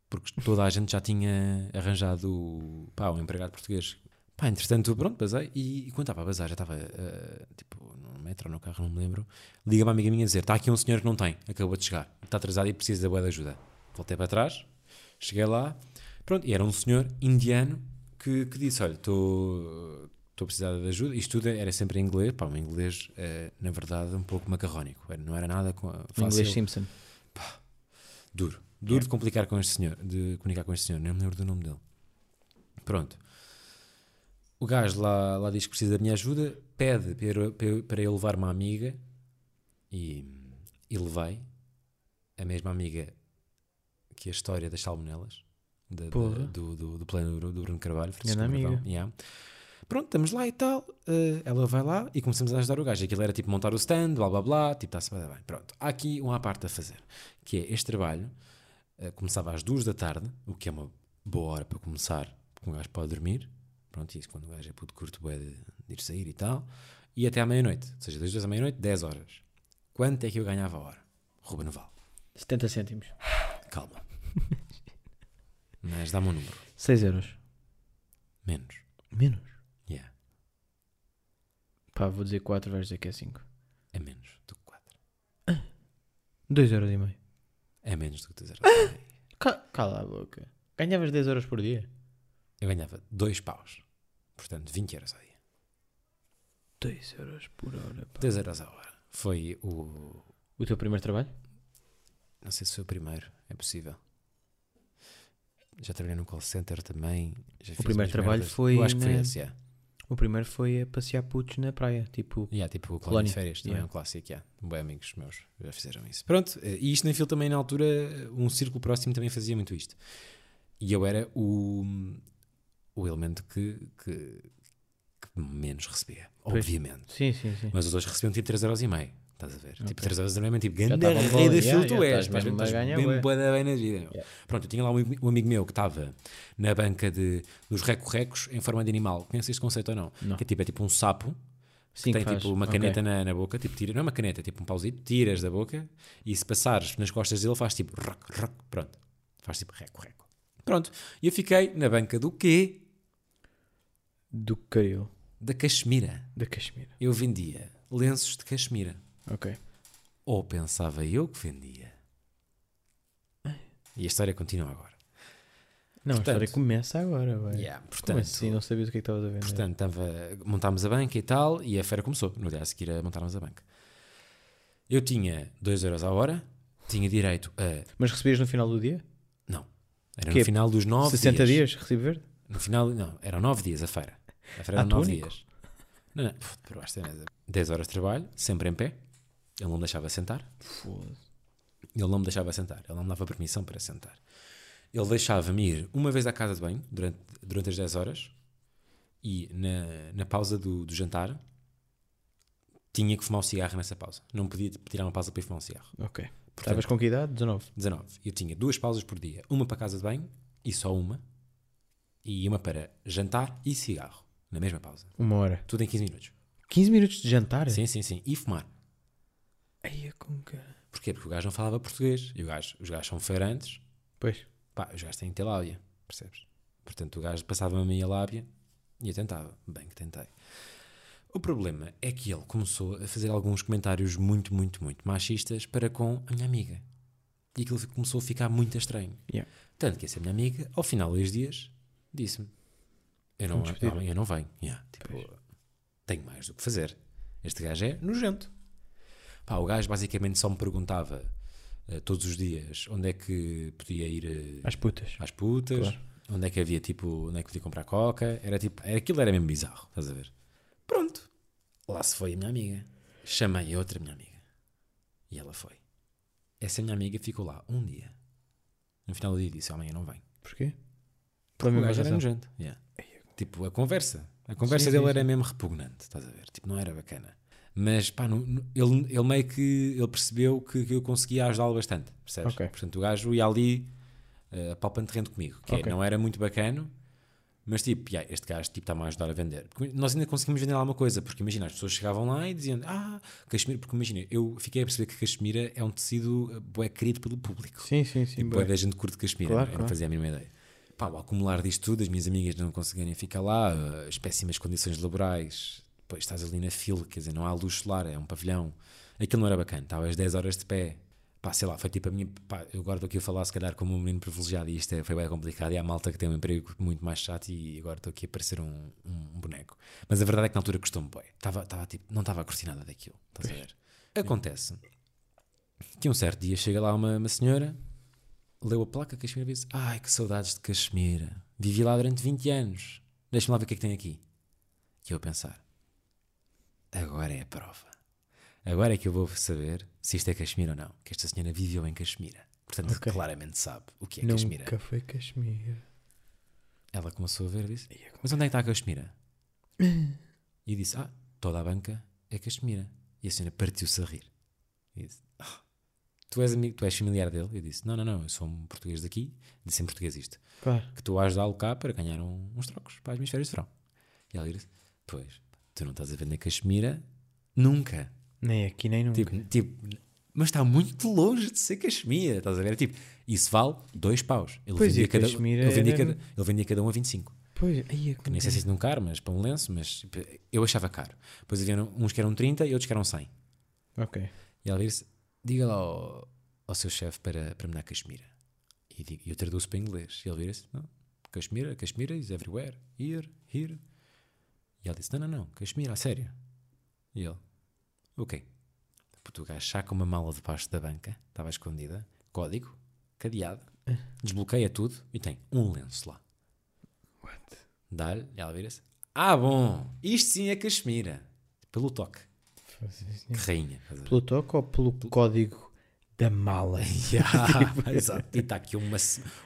[SPEAKER 1] Porque toda a gente já tinha arranjado, pá, um empregado português. Pá, entretanto, pronto, basei. E, e quando estava a basar, já estava, eh, tipo, no metro ou no carro, não me lembro. Liga uma amiga minha a dizer, está aqui um senhor que não tem, acabou de chegar. Está atrasado e precisa da boa de ajuda. Voltei para trás, cheguei lá. Pronto, e era um senhor indiano que, que disse, olha, estou... Estou a precisar de ajuda. Isto tudo era sempre em inglês. Pá, um inglês, eh, na verdade, um pouco macarrónico. Era- Não era nada com-
[SPEAKER 2] Em
[SPEAKER 1] fácil.
[SPEAKER 2] inglês Simpson.
[SPEAKER 1] Duro. Duro de complicar com este senhor, de comunicar com este senhor, nem me lembro do nome dele. Pronto. O gajo lá, lá diz que precisa da minha ajuda, pede para eu, para eu- para eu levar uma amiga e, e levei a mesma amiga que a história das salmonelas da- da-
[SPEAKER 2] Porra.
[SPEAKER 1] do, do, do plano do Bruno Carvalho, Francisco
[SPEAKER 2] Grande
[SPEAKER 1] Brandão,
[SPEAKER 2] amiga.
[SPEAKER 1] yeah. Pronto, estamos lá e tal. eh, ela vai lá e começamos a ajudar o gajo. Aquilo era tipo montar o stand, blá blá blá, tipo está-se bem. Pronto, há aqui uma à parte a fazer, que é este trabalho eh, começava às duas da tarde, o que é uma boa hora para começar, porque um gajo pode dormir. Pronto, e isso quando o gajo é puto curto, bué de, de ir sair e tal. E até à meia-noite, ou seja, das duas à meia-noite, 10 horas. Quanto é que eu ganhava a hora? Ruben Noval,
[SPEAKER 2] 70 cêntimos.
[SPEAKER 1] calma. Mas dá-me um número.
[SPEAKER 2] 6 euros.
[SPEAKER 1] Menos.
[SPEAKER 2] Menos.
[SPEAKER 1] Yeah,
[SPEAKER 2] Pá, vou dizer 4, vais dizer que é 5.
[SPEAKER 1] é menos do que 4.
[SPEAKER 2] 2 euros e meio.
[SPEAKER 1] É menos do que 2 euros.
[SPEAKER 2] Ca- Cala a boca. Ganhavas 10 euros por dia?
[SPEAKER 1] Eu ganhava 2 paus. Portanto, 20 euros ao dia.
[SPEAKER 2] 2 euros por hora, pá.
[SPEAKER 1] 2 euros a hora. Foi o.
[SPEAKER 2] O teu primeiro trabalho?
[SPEAKER 1] Não sei se foi o primeiro, é possível. Já trabalhei num call center também. já fiz
[SPEAKER 2] primeiro
[SPEAKER 1] umas
[SPEAKER 2] trabalho
[SPEAKER 1] merdas.
[SPEAKER 2] foi
[SPEAKER 1] Eu acho que foi
[SPEAKER 2] na-
[SPEAKER 1] esse, yeah.
[SPEAKER 2] O primeiro foi a passear putos na praia, tipo...
[SPEAKER 1] Yeah, tipo o Colónia
[SPEAKER 2] Colónia,
[SPEAKER 1] de Férias, também
[SPEAKER 2] yeah.
[SPEAKER 1] é um clássico. Yeah. Bem, amigos meus já fizeram isso. Pronto, eh, e isto na Fil também, na altura, eh, um círculo próximo também fazia muito isto. E eu era o, o elemento que, que, que menos recebia,
[SPEAKER 2] Pois.
[SPEAKER 1] obviamente.
[SPEAKER 2] Sim, sim, sim.
[SPEAKER 1] Mas os dois recebiam tipo 3,5€. Estás a ver? Tipo
[SPEAKER 2] Ok.
[SPEAKER 1] 3,5€, tipo,
[SPEAKER 2] Já
[SPEAKER 1] grande
[SPEAKER 2] estavam bom,
[SPEAKER 1] rei da
[SPEAKER 2] yeah,
[SPEAKER 1] filo tu
[SPEAKER 2] já
[SPEAKER 1] és.
[SPEAKER 2] estás
[SPEAKER 1] Estás
[SPEAKER 2] mesmo a ganhar,
[SPEAKER 1] bem
[SPEAKER 2] ué.
[SPEAKER 1] boa bem na vida. meu.
[SPEAKER 2] Yeah.
[SPEAKER 1] Pronto, eu tinha lá um, ami- um amigo meu que estava na banca de, dos recorrecos em forma de animal. Conheces este conceito ou não?
[SPEAKER 2] Não.
[SPEAKER 1] Que é tipo, é tipo um sapo.
[SPEAKER 2] Sim,
[SPEAKER 1] tem
[SPEAKER 2] que faz.
[SPEAKER 1] tipo uma
[SPEAKER 2] Ok.
[SPEAKER 1] caneta na, na boca, tipo, tira, não é uma caneta, é tipo um pauzito, tiras da boca e se passares nas costas dele faz tipo roc, roc, pronto. Faz tipo reco, reco. Pronto. E eu fiquei na banca do quê?
[SPEAKER 2] Do Caril,
[SPEAKER 1] Da Caxemira.
[SPEAKER 2] da Caxemira.
[SPEAKER 1] Eu vendia lenços de Caxemira.
[SPEAKER 2] Ok.
[SPEAKER 1] Ou pensava eu que vendia. E a história continua agora.
[SPEAKER 2] Não,
[SPEAKER 1] Portanto-
[SPEAKER 2] a história começa agora, velho.
[SPEAKER 1] Yeah,
[SPEAKER 2] Como
[SPEAKER 1] portanto,
[SPEAKER 2] assim? Não sabias o que é que estavas a vender.
[SPEAKER 1] portanto tava, montámos a banca e tal, e a feira começou. No dia a seguir a montarmos a banca. Eu tinha 2 euros à hora, tinha direito a.
[SPEAKER 2] Mas recebias no final do dia?
[SPEAKER 1] Não. Era
[SPEAKER 2] Quê?
[SPEAKER 1] no final dos 9
[SPEAKER 2] 60 é dias, recibo verde?
[SPEAKER 1] No final, não, eram 9 dias a feira. A feira eram
[SPEAKER 2] Ah, tu
[SPEAKER 1] 9
[SPEAKER 2] único?
[SPEAKER 1] dias. Não, não, puf, por baixo da mesa. 10 horas de trabalho, sempre em pé. Ele não me deixava sentar.
[SPEAKER 2] Foda-se.
[SPEAKER 1] Ele não me deixava sentar, ele não me dava permissão para sentar. Ele deixava-me ir uma vez à casa de banho durante, durante as 10 horas e na, na pausa do, do jantar tinha que fumar um cigarro nessa pausa. Não podia tipo, tirar uma pausa para ir fumar um cigarro.
[SPEAKER 2] Ok. Estavas com que idade? 19.
[SPEAKER 1] 19. Eu tinha duas pausas por dia, uma para casa de banho e só uma, e uma para jantar e cigarro, na mesma pausa.
[SPEAKER 2] Uma hora.
[SPEAKER 1] Tudo em 15 minutos.
[SPEAKER 2] 15 minutos de jantar?
[SPEAKER 1] Sim, sim, sim. E fumar.
[SPEAKER 2] Aí é como que...
[SPEAKER 1] Porquê? Porque o gajo não falava português. E o gajo, os gajos são feirantes,
[SPEAKER 2] Pois.
[SPEAKER 1] pá, os gajos têm que ter lábia, percebes? Portanto, o gajo passava-me a minha lábia e eu tentava. Bem que tentei. O problema é que ele começou a fazer alguns comentários muito, muito, muito machistas para com a minha amiga. E aquilo fi- começou a ficar muito estranho.
[SPEAKER 2] Yeah.
[SPEAKER 1] Tanto que essa minha amiga, ao final dos dias, disse-me: Eu não,
[SPEAKER 2] Vamos despedir.
[SPEAKER 1] eu não venho. Yeah, tipo, tenho mais do que fazer. Este gajo é nojento. Pá, o gajo basicamente só me perguntava eh, todos os dias onde é que podia ir eh,
[SPEAKER 2] Às putas.
[SPEAKER 1] às putas,
[SPEAKER 2] Claro.
[SPEAKER 1] onde é que havia tipo, onde é que podia comprar coca, era tipo, era, aquilo era mesmo bizarro, estás a ver? Pronto, lá se foi a minha amiga. Chamei a outra minha amiga e ela foi. Essa minha amiga ficou lá um dia. No final do dia disse: Amanhã não vem.
[SPEAKER 2] Porquê?
[SPEAKER 1] Porque
[SPEAKER 2] Pela
[SPEAKER 1] o
[SPEAKER 2] mesma
[SPEAKER 1] gajo era
[SPEAKER 2] razão.
[SPEAKER 1] nojento. Yeah. Tipo, a conversa. A conversa
[SPEAKER 2] Sim,
[SPEAKER 1] dele
[SPEAKER 2] sim,
[SPEAKER 1] era mesmo repugnante, estás a ver? Tipo, não era bacana. Mas, pá, não- não- ele, ele meio que ele percebeu que, que eu conseguia ajudá-lo bastante, percebes?
[SPEAKER 2] Ok.
[SPEAKER 1] Portanto, o gajo ia ali eh, a palpando terreno comigo, que é,
[SPEAKER 2] Ok.
[SPEAKER 1] não era muito bacano, mas tipo, "Ya, este gajo tipo, está-me a ajudar a vender. Porque nós ainda conseguimos vender alguma coisa, porque imagina, as pessoas chegavam lá e diziam, ah, Cachemira, porque imagina, eu fiquei a perceber que Cachemira é um tecido eh, bué querido pelo público.
[SPEAKER 2] Sim, sim, sim.
[SPEAKER 1] Boa
[SPEAKER 2] bué.
[SPEAKER 1] da gente curte Cachemira,
[SPEAKER 2] Claro,
[SPEAKER 1] eu não
[SPEAKER 2] claro.
[SPEAKER 1] fazia a mínima ideia. Pá, o acumular disto tudo, as minhas amigas não conseguirem ficar lá, eh, as péssimas condições laborais, depois estás ali na fila, quer dizer, não há luz solar, é um pavilhão. Aquilo não era bacana, estava às 10 horas de pé. Pá, sei lá, foi tipo a minha. Pá, eu agora estou aqui a falar, se calhar, como um menino privilegiado e isto é, foi bem complicado. E há malta que tem um emprego muito mais chato e agora estou aqui a parecer um, um boneco. Mas a verdade é que na altura custou-me bem. Estava, estava tipo, não estava a curtir nada daquilo, estás a ver? Acontece que um certo dia chega lá uma, uma senhora, leu a placa Cachemira e disse: Ai, que saudades de Cachemira. Vivi lá durante 20 anos. Deixa-me lá ver o que é que tem aqui. E eu a pensar: Agora é a prova. Agora é que eu vou saber se isto é Cachemira ou não. Que esta senhora viveu em Cachemira. Portanto,
[SPEAKER 2] Ok.
[SPEAKER 1] claramente sabe o que é Cachemira.
[SPEAKER 2] Nunca foi Cachemira.
[SPEAKER 1] Ela começou a ver e disse: Mas onde é que está a Cachemira? e disse: Ah, toda a banca é Cachemira. E a senhora partiu-se a rir. E disse: "Ah, tu, és amigo, tu és familiar dele? Eu disse: Não, não, não, eu sou um português daqui. Disse em português isto:
[SPEAKER 2] Claro.
[SPEAKER 1] Que tu vais lo cá para ganhar um- uns trocos para as minhas férias de verão. E ela disse: Pois, tu não estás a vender Cachemira nunca.
[SPEAKER 2] Nem aqui, nem nunca.
[SPEAKER 1] Tipo, tipo, mas está muito longe de ser Cachemira, estás a ver? Tipo, isso vale dois paus. Ele
[SPEAKER 2] Pois, e
[SPEAKER 1] vendia, cada,
[SPEAKER 2] Cachemira
[SPEAKER 1] ele vendia
[SPEAKER 2] era-
[SPEAKER 1] cada, ele vendia cada um a 25.
[SPEAKER 2] Pois, aí é que
[SPEAKER 1] Nem sei se isso não caro, mas para um lenço, mas tipo, eu achava caro. Depois havia um, uns que eram 30 e outros que eram 100.
[SPEAKER 2] Ok.
[SPEAKER 1] E ela disse: Diga lá ao, ao seu chefe para, para me dar Cachemira. E eu digo- eu traduzo para inglês. E ele vira-se: Não, Cachemira, Cachemira is everywhere. Here, here. E ela disse: Não, não, não, Cachemira, a sério. E ele: Ok. Puto, o gajo saca uma mala debaixo da banca, estava escondida, código, cadeado, desbloqueia tudo e tem um lenço lá.
[SPEAKER 2] What?
[SPEAKER 1] Dá-lhe, e ela vira-se: Ah, bom, isto sim é Cachemira. Pelo toque,
[SPEAKER 2] É.
[SPEAKER 1] que rainha. estás a ver?
[SPEAKER 2] Pelo toque ou pelo código da mala?
[SPEAKER 1] Ya, Tipo, exato. E está aqui uma,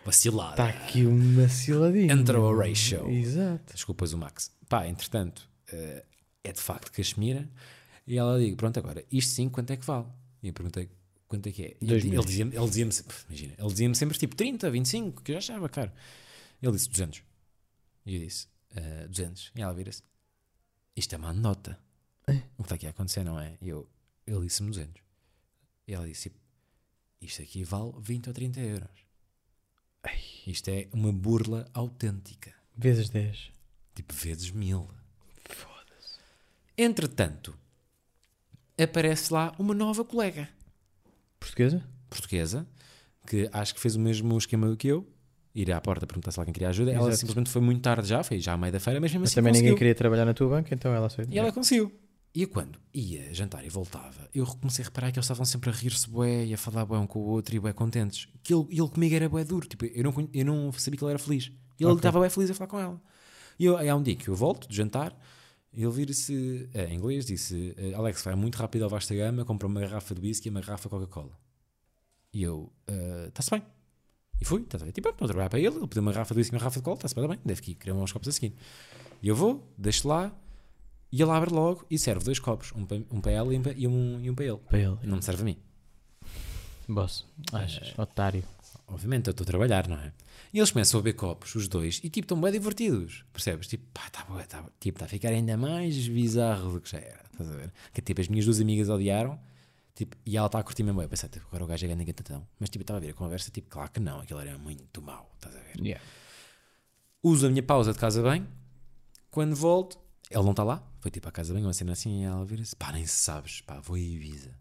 [SPEAKER 1] uma cilada.
[SPEAKER 2] Está aqui uma ciladinha.
[SPEAKER 1] Entra o ratio.
[SPEAKER 2] Exato.
[SPEAKER 1] Desculpas o Max. Pá, entretanto, eh, é de facto Cachemira. E ela diz: Pronto, agora, isto sim, quanto é que vale? E eu perguntei: Quanto é que é? E
[SPEAKER 2] Dois
[SPEAKER 1] ele, ele
[SPEAKER 2] mil.
[SPEAKER 1] dizia-me ele dizia sempre: Imagina, ele dizia-me sempre tipo 30, 25, que eu já achava caro. Ele disse: 200. E eu disse: "Ah, 200. E ela vira-se: Isto é uma nota. O que está aqui a acontecer, não é? E eu, ele disse-me 200. E ela disse: Isto aqui vale 20 ou 30 euros. Isto é uma burla autêntica
[SPEAKER 2] Vezes 10.
[SPEAKER 1] tipo vezes mil. Foda-se. Entretanto, aparece lá uma nova colega
[SPEAKER 2] Portuguesa?
[SPEAKER 1] Assim portuguesa que acho que fez o mesmo esquema do que eu. Ir à porta perguntar se lá quem queria ajuda. Ela
[SPEAKER 2] Exato.
[SPEAKER 1] simplesmente foi muito tarde já, foi já à meia da feira, mas mesmo
[SPEAKER 2] Mas
[SPEAKER 1] assim
[SPEAKER 2] também
[SPEAKER 1] conseguiu.
[SPEAKER 2] ninguém queria trabalhar na tua banca, então ela aceitou.
[SPEAKER 1] E ela conseguiu. E eu, quando ia jantar e voltava, eu comecei a reparar que eles estavam sempre a rir-se bué e a falar bué um com o outro e bué contentes. Que ele, ele comigo era bué duro, tipo, eu não, conhe- eu não sabia que ele era feliz. E ele estava bué feliz a falar com ela. E eu, aí há um dia que eu volto de jantar, ele vira-se eh, em inglês, disse: eh, Alex, vai muito rápido ao Vasta Gama, compra uma garrafa de whisky e uma garrafa de Coca-Cola. E eu, está-se bem. E fui, estás a ver? Tipo, estou a trabalhar para ele, ele pediu uma garrafa de whisky e uma garrafa de cola, está-se bem, está bem, deve que querer uns copos a seguir. E eu vou, deixo lá, e ele abre logo e serve dois copos, um para, um para ela e um para, e um- e um para ele.
[SPEAKER 2] Para ele.
[SPEAKER 1] Não Eh, me serve a mim.
[SPEAKER 2] Boss. Achas? Otário.
[SPEAKER 1] Obviamente, eu estou a trabalhar, não é? E eles começam a beber copos, os dois, e tipo, estão bem divertidos, percebes? Tipo, pá, está boa, está tipo, tá a ficar ainda mais bizarro do que já era, estás a ver? Que tipo, as minhas duas amigas odiaram, tipo, e ela está a curtir mesmo, eu pensei, tipo, agora o gajo é grande encantadão. Mas tipo, eu estava a ver a conversa, tipo, claro que não, aquilo era muito mau, estás a ver? uso a minha pausa de casa bem. Quando volto, ele não está lá. Foi tipo à casa bem, uma cena assim, e ela vira-se: pá, nem sabes, pá, vou a Ibiza.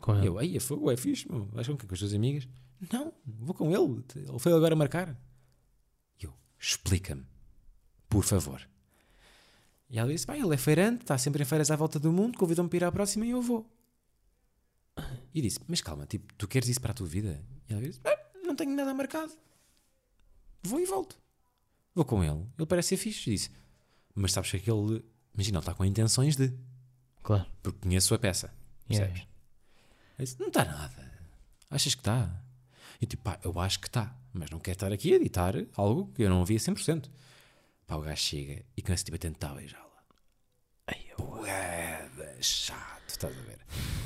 [SPEAKER 2] Com ele.
[SPEAKER 1] Eu, aí, é fogo, é fixe, meu. Vais com quem? Com as tuas amigas? Não, vou com ele. Ele foi agora marcar. Eu, explica-me, por favor. E ela disse: pá, ele é feirante, está sempre em feiras à volta do mundo, convidou-me para ir à próxima e eu vou. E disse: mas calma, tipo, tu queres isso para a tua vida? E ela disse: "Ah, não tenho nada marcado. Vou e volto. Vou com ele. Ele parece ser fixe. E disse: mas sabes que aquele. Imagina, ele está com intenções de.
[SPEAKER 2] Claro.
[SPEAKER 1] Porque conheço a peça.
[SPEAKER 2] Yeah,
[SPEAKER 1] Percebes? Eu disse, não está nada. Achas que está? E tipo, pá, eu acho que está, mas não quero estar aqui a editar algo que eu não ouvi a 100%. Pá, o gajo chega e começa tipo, a tentar beijá-la.
[SPEAKER 2] Ai,
[SPEAKER 1] Bué de chato, estás a ver?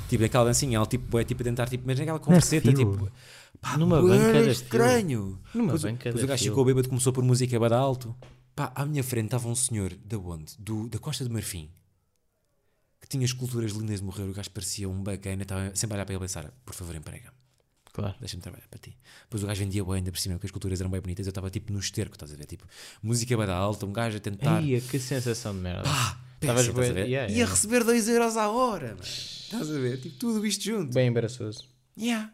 [SPEAKER 1] Tipo, aquela dancinha, ela tipo, é tipo a tentar, tipo, mas naquela converseta,
[SPEAKER 2] fila.
[SPEAKER 1] tipo, pá,
[SPEAKER 2] Numa
[SPEAKER 1] bué
[SPEAKER 2] banca da
[SPEAKER 1] estranho.
[SPEAKER 2] Numa
[SPEAKER 1] Depois o-
[SPEAKER 2] banca
[SPEAKER 1] depois
[SPEAKER 2] da
[SPEAKER 1] o gajo
[SPEAKER 2] fila.
[SPEAKER 1] ficou bêbado, começou por música badalto. Pá, à minha frente estava um senhor, da onde? Do, da Costa do Marfim, que tinha esculturas lindas de morrer, o gajo parecia um bacana, estava sempre a olhar para ele e pensar, por favor, emprega-me
[SPEAKER 2] Claro.
[SPEAKER 1] deixa-me trabalhar para ti. Depois o gajo vendia bem ainda por cima, porque as culturas eram bem bonitas. Eu estava tipo no esterco, estás a ver? Tipo, música bada alta, um gajo a tentar.
[SPEAKER 2] Ai, é que sensação de merda.
[SPEAKER 1] Pá,
[SPEAKER 2] Estavas
[SPEAKER 1] péssimo, estás a
[SPEAKER 2] bué-
[SPEAKER 1] ver?
[SPEAKER 2] yeah,
[SPEAKER 1] E a
[SPEAKER 2] yeah.
[SPEAKER 1] receber 2 euros à hora, mano. Estás a ver? Tipo, tudo isto junto.
[SPEAKER 2] Bem embaraçoso.
[SPEAKER 1] Yeah.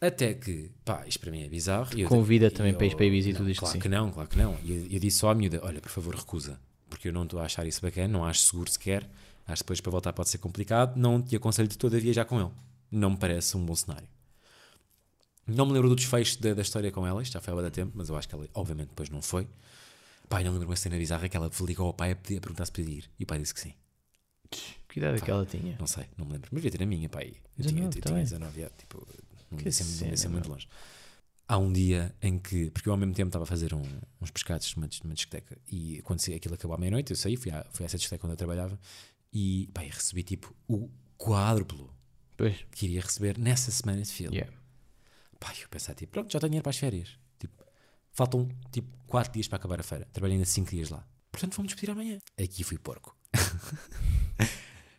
[SPEAKER 1] Até que, pá, isto para mim é bizarro. E eu-
[SPEAKER 2] Convida
[SPEAKER 1] e
[SPEAKER 2] também
[SPEAKER 1] eu-
[SPEAKER 2] para ir para Ibiza e assim.
[SPEAKER 1] Não,
[SPEAKER 2] tu dizes que
[SPEAKER 1] Claro
[SPEAKER 2] sim.
[SPEAKER 1] que não, claro que não. E eu, eu disse só à miúda: olha, por favor, recusa, porque eu não estou a achar isso bacana, não acho seguro sequer. Acho que depois para voltar pode ser complicado. Não te aconselho de todo a viajar com ele. Não me parece um bom cenário. Não me lembro do desfecho da, da história com ela, isto já foi há bué de tempo, mas eu acho que ela, obviamente, depois não foi. Pai, não lembro uma cena bizarra que ela ligou ao pai a, pedir, a perguntar se podia ir. E o pai disse que sim.
[SPEAKER 2] Que idade é que ela tinha?
[SPEAKER 1] Não sei, não me lembro. Mas devia ter a minha, pá. aí. Eu
[SPEAKER 2] 19,
[SPEAKER 1] tinha, eu
[SPEAKER 2] tá
[SPEAKER 1] tinha
[SPEAKER 2] bem.
[SPEAKER 1] 19, é, tipo, não ia ser, não
[SPEAKER 2] cena,
[SPEAKER 1] ia ser muito longe. Há um dia em que, porque eu ao mesmo tempo estava a fazer um- uns pescados numa, dis- numa discoteca e quando se- aquilo acabou à meia-noite, eu saí, fui, à, fui a essa discoteca onde eu trabalhava e, pá, e recebi tipo o quádruplo
[SPEAKER 2] Pois.
[SPEAKER 1] que iria receber nessa semana de filme.
[SPEAKER 2] Yeah.
[SPEAKER 1] Pá, e eu pensar, tipo, pronto, já tenho dinheiro para as férias. Tipo, faltam, tipo, 4 dias para acabar a feira. Trabalhei ainda 5 dias lá. Portanto, vamos despedir amanhã. Aqui fui porco.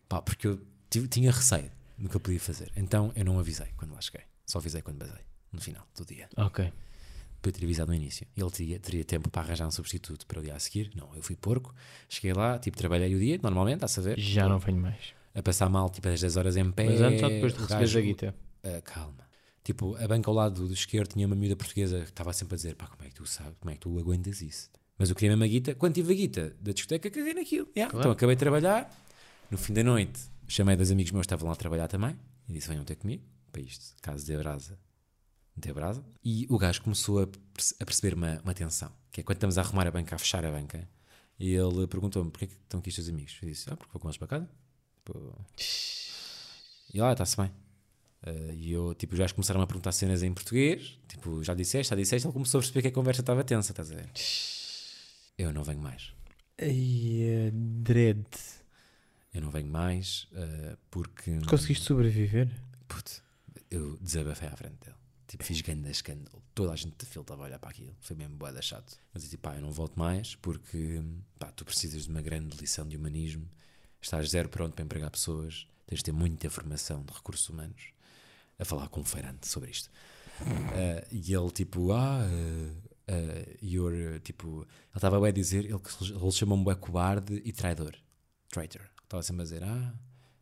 [SPEAKER 1] Pá, porque eu tive- tinha receio do que eu podia fazer. Então, eu não avisei quando lá cheguei. Só avisei quando basei, no final do dia.
[SPEAKER 2] Ok.
[SPEAKER 1] Podia ter avisado no início. Ele teria, teria tempo para arranjar um substituto para o dia a seguir. Não, eu fui porco. Cheguei lá, tipo, trabalhei o dia, normalmente, a saber.
[SPEAKER 2] Já não venho mais.
[SPEAKER 1] A passar mal, tipo, às 10 horas em pé.
[SPEAKER 2] Mas antes ou depois de
[SPEAKER 1] o
[SPEAKER 2] receberes a
[SPEAKER 1] gajo-
[SPEAKER 2] guita?
[SPEAKER 1] ah, calma. Tipo, a banca ao lado do esquerdo tinha uma miúda portuguesa que estava sempre a dizer: pá, como é que tu sabes, como é que tu aguentas isso? Mas eu queria mesmo a guita. Quando tive a guita da discoteca, caguei naquilo. Yeah. Então acabei de trabalhar. No fim da noite, chamei dois amigos meus que estavam lá a trabalhar também e disse: venham ter comigo para isto, caso dê brasa. Dê brasa. E o gajo começou a, perce- a perceber uma, uma tensão, que é quando estamos a arrumar a banca, a fechar a banca, e ele perguntou-me: porquê é que estão aqui os teus amigos? Eu disse: ah, porque vou com eles para casa. Tipo, e lá, está-se bem. Eh, e eu, tipo, já começaram a perguntar cenas em português, tipo, já disseste, já disseste, ele começou a perceber que a conversa estava tensa, estás a ver? Eu não venho mais.
[SPEAKER 2] Ai, eh, dread.
[SPEAKER 1] Eu não venho mais eh, porque.
[SPEAKER 2] Conseguiste sobreviver?
[SPEAKER 1] Puto, eu desabafei à frente dele. Tipo, fiz grande escândalo. Toda a gente da fila estava a olhar para aquilo. Foi mesmo boeda chato. Mas eu tipo, pá, eu não volto mais porque pá, tu precisas de uma grande lição de humanismo. Estás zero pronto para empregar pessoas. Tens de ter muita formação de recursos humanos. A falar com um feirante sobre isto. Ah, e ele tipo, ah, ah, ah, you're, eh, tipo, ele estava bem a dizer, ele, ele chamou-me bué cobarde e traidor. Traitor. Estava sempre a dizer, ah,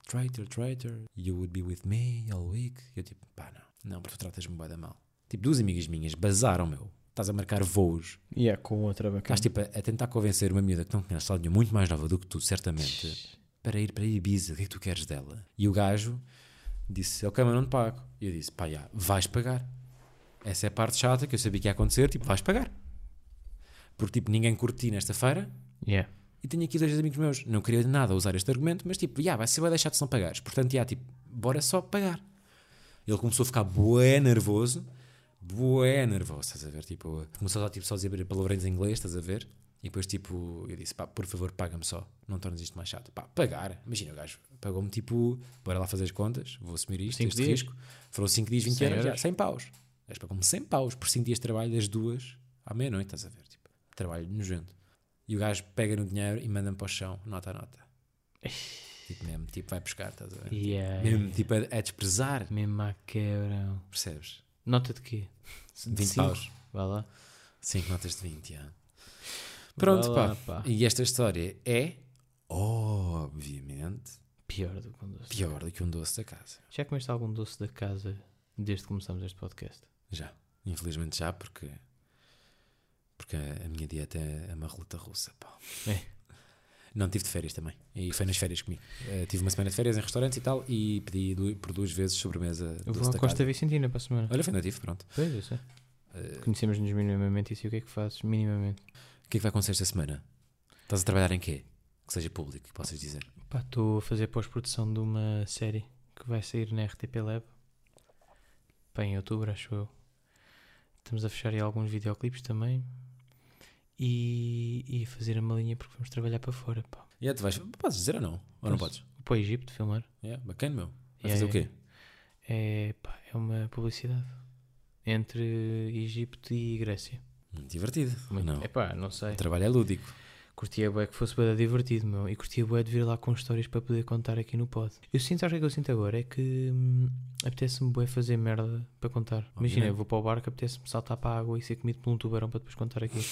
[SPEAKER 1] traitor, traitor, you would be with me all week. E eu tipo, pá, não, não, porque tu tratas-me bué da mal. Tipo, duas amigas minhas basaram, meu. Estás a marcar voos.
[SPEAKER 2] Yeah, com outra bacana.
[SPEAKER 1] Estás tipo a, a tentar convencer uma miúda que não conhece lado nenhum, muito mais nova do que tu, certamente, para ir para Ibiza. O que é que tu queres dela? E o gajo disse, ok, mas não te pago. E eu disse, pá, já, vais pagar. Essa é a parte chata que eu sabia que ia acontecer, tipo, vais pagar. Porque, tipo, ninguém curti nesta feira,
[SPEAKER 2] Yeah.
[SPEAKER 1] e tenho aqui dois amigos meus. Não queria de nada usar este argumento, mas tipo, já, vai ser vai deixar de se não pagares. Portanto, já, tipo, bora só pagar. Ele começou a ficar bué nervoso, bué nervoso, estás a ver? Tipo, começou a tipo, só dizer palavrões em inglês, estás a ver? E depois, tipo, eu disse, pá, por favor, paga-me só, não tornes isto mais chato. Pá, pagar, imagina o gajo, pagou-me tipo, bora lá fazer as contas, vou assumir isto,
[SPEAKER 2] Cinco
[SPEAKER 1] este
[SPEAKER 2] dias.
[SPEAKER 1] risco. Foram 5 dias, 20
[SPEAKER 2] Cem
[SPEAKER 1] euros, já,
[SPEAKER 2] euros.
[SPEAKER 1] 100 paus. O gajo pagou-me 100 paus por 5 dias de trabalho, das duas à meia-noite, estás a ver? Tipo, trabalho nojento. E o gajo pega no dinheiro e manda-me para o chão, nota a nota. tipo mesmo, tipo vai buscar, estás a ver?
[SPEAKER 2] Yeah.
[SPEAKER 1] Mesmo, tipo a, a desprezar,
[SPEAKER 2] Mesmo à quebra.
[SPEAKER 1] percebes?
[SPEAKER 2] Nota de quê?
[SPEAKER 1] 20
[SPEAKER 2] Cinco?
[SPEAKER 1] paus.
[SPEAKER 2] Vá lá.
[SPEAKER 1] 5 notas de 20, já. Pronto,
[SPEAKER 2] lá,
[SPEAKER 1] pá.
[SPEAKER 2] pá.
[SPEAKER 1] E esta história é, obviamente,
[SPEAKER 2] Pior do que um doce.
[SPEAKER 1] pior do que um doce da casa.
[SPEAKER 2] Já comeste algum doce da casa desde que começamos este podcast?
[SPEAKER 1] Já. Infelizmente já, porque. Porque a minha dieta é uma roleta russa, pá.
[SPEAKER 2] É.
[SPEAKER 1] Não, tive de férias também. E foi nas férias comigo. Eh, tive uma semana de férias em restaurantes e tal e pedi du- por duas vezes sobremesa
[SPEAKER 2] Eu
[SPEAKER 1] doce
[SPEAKER 2] vou
[SPEAKER 1] da
[SPEAKER 2] à Costa
[SPEAKER 1] casa.
[SPEAKER 2] Vicentina para a semana.
[SPEAKER 1] Olha, foi onde eu tive, pronto.
[SPEAKER 2] Pois, eu sei. Eh, Conhecemos-nos minimamente e sei o que é que fazes minimamente.
[SPEAKER 1] O que é que vai acontecer esta semana? Estás a trabalhar em quê? Que seja público, que possas dizer.
[SPEAKER 2] Pá, estou a fazer pós-produção de uma série que vai sair na RTP Lab. Pá, em outubro, acho eu. Estamos a fechar aí alguns videoclipes também. e, e fazer a malinha porque vamos trabalhar para fora. Pá.
[SPEAKER 1] E aí tu vais. Podes dizer ou não? Ou não podes?
[SPEAKER 2] Para o Egito filmar
[SPEAKER 1] Yeah, bacana, meu. Vai
[SPEAKER 2] Yeah,
[SPEAKER 1] fazer o
[SPEAKER 2] yeah.
[SPEAKER 1] quê?
[SPEAKER 2] é, pá, é uma publicidade entre Egito e Grécia.
[SPEAKER 1] Muito divertido. não.
[SPEAKER 2] É pá, não sei.
[SPEAKER 1] O trabalho é lúdico.
[SPEAKER 2] Curtia bué que fosse bué divertido, meu. E curtia bué de vir lá com histórias para poder contar aqui no pod. Eu sinto, acho que é que eu sinto agora? É que hum, apetece-me bué fazer merda para contar. Imagina,
[SPEAKER 1] Obviamente.
[SPEAKER 2] eu vou para o barco, apetece-me saltar para a água e ser comido por um tubarão para depois contar aqui.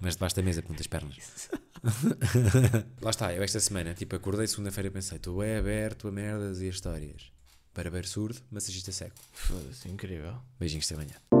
[SPEAKER 1] Mas debaixo da mesa com muitas pernas. Lá está, eu esta semana, tipo, acordei segunda-feira e pensei, estou é aberto a merdas e a histórias. Para ver surdo, massagista cego.
[SPEAKER 2] Foda-se, incrível.
[SPEAKER 1] Beijinhos até amanhã.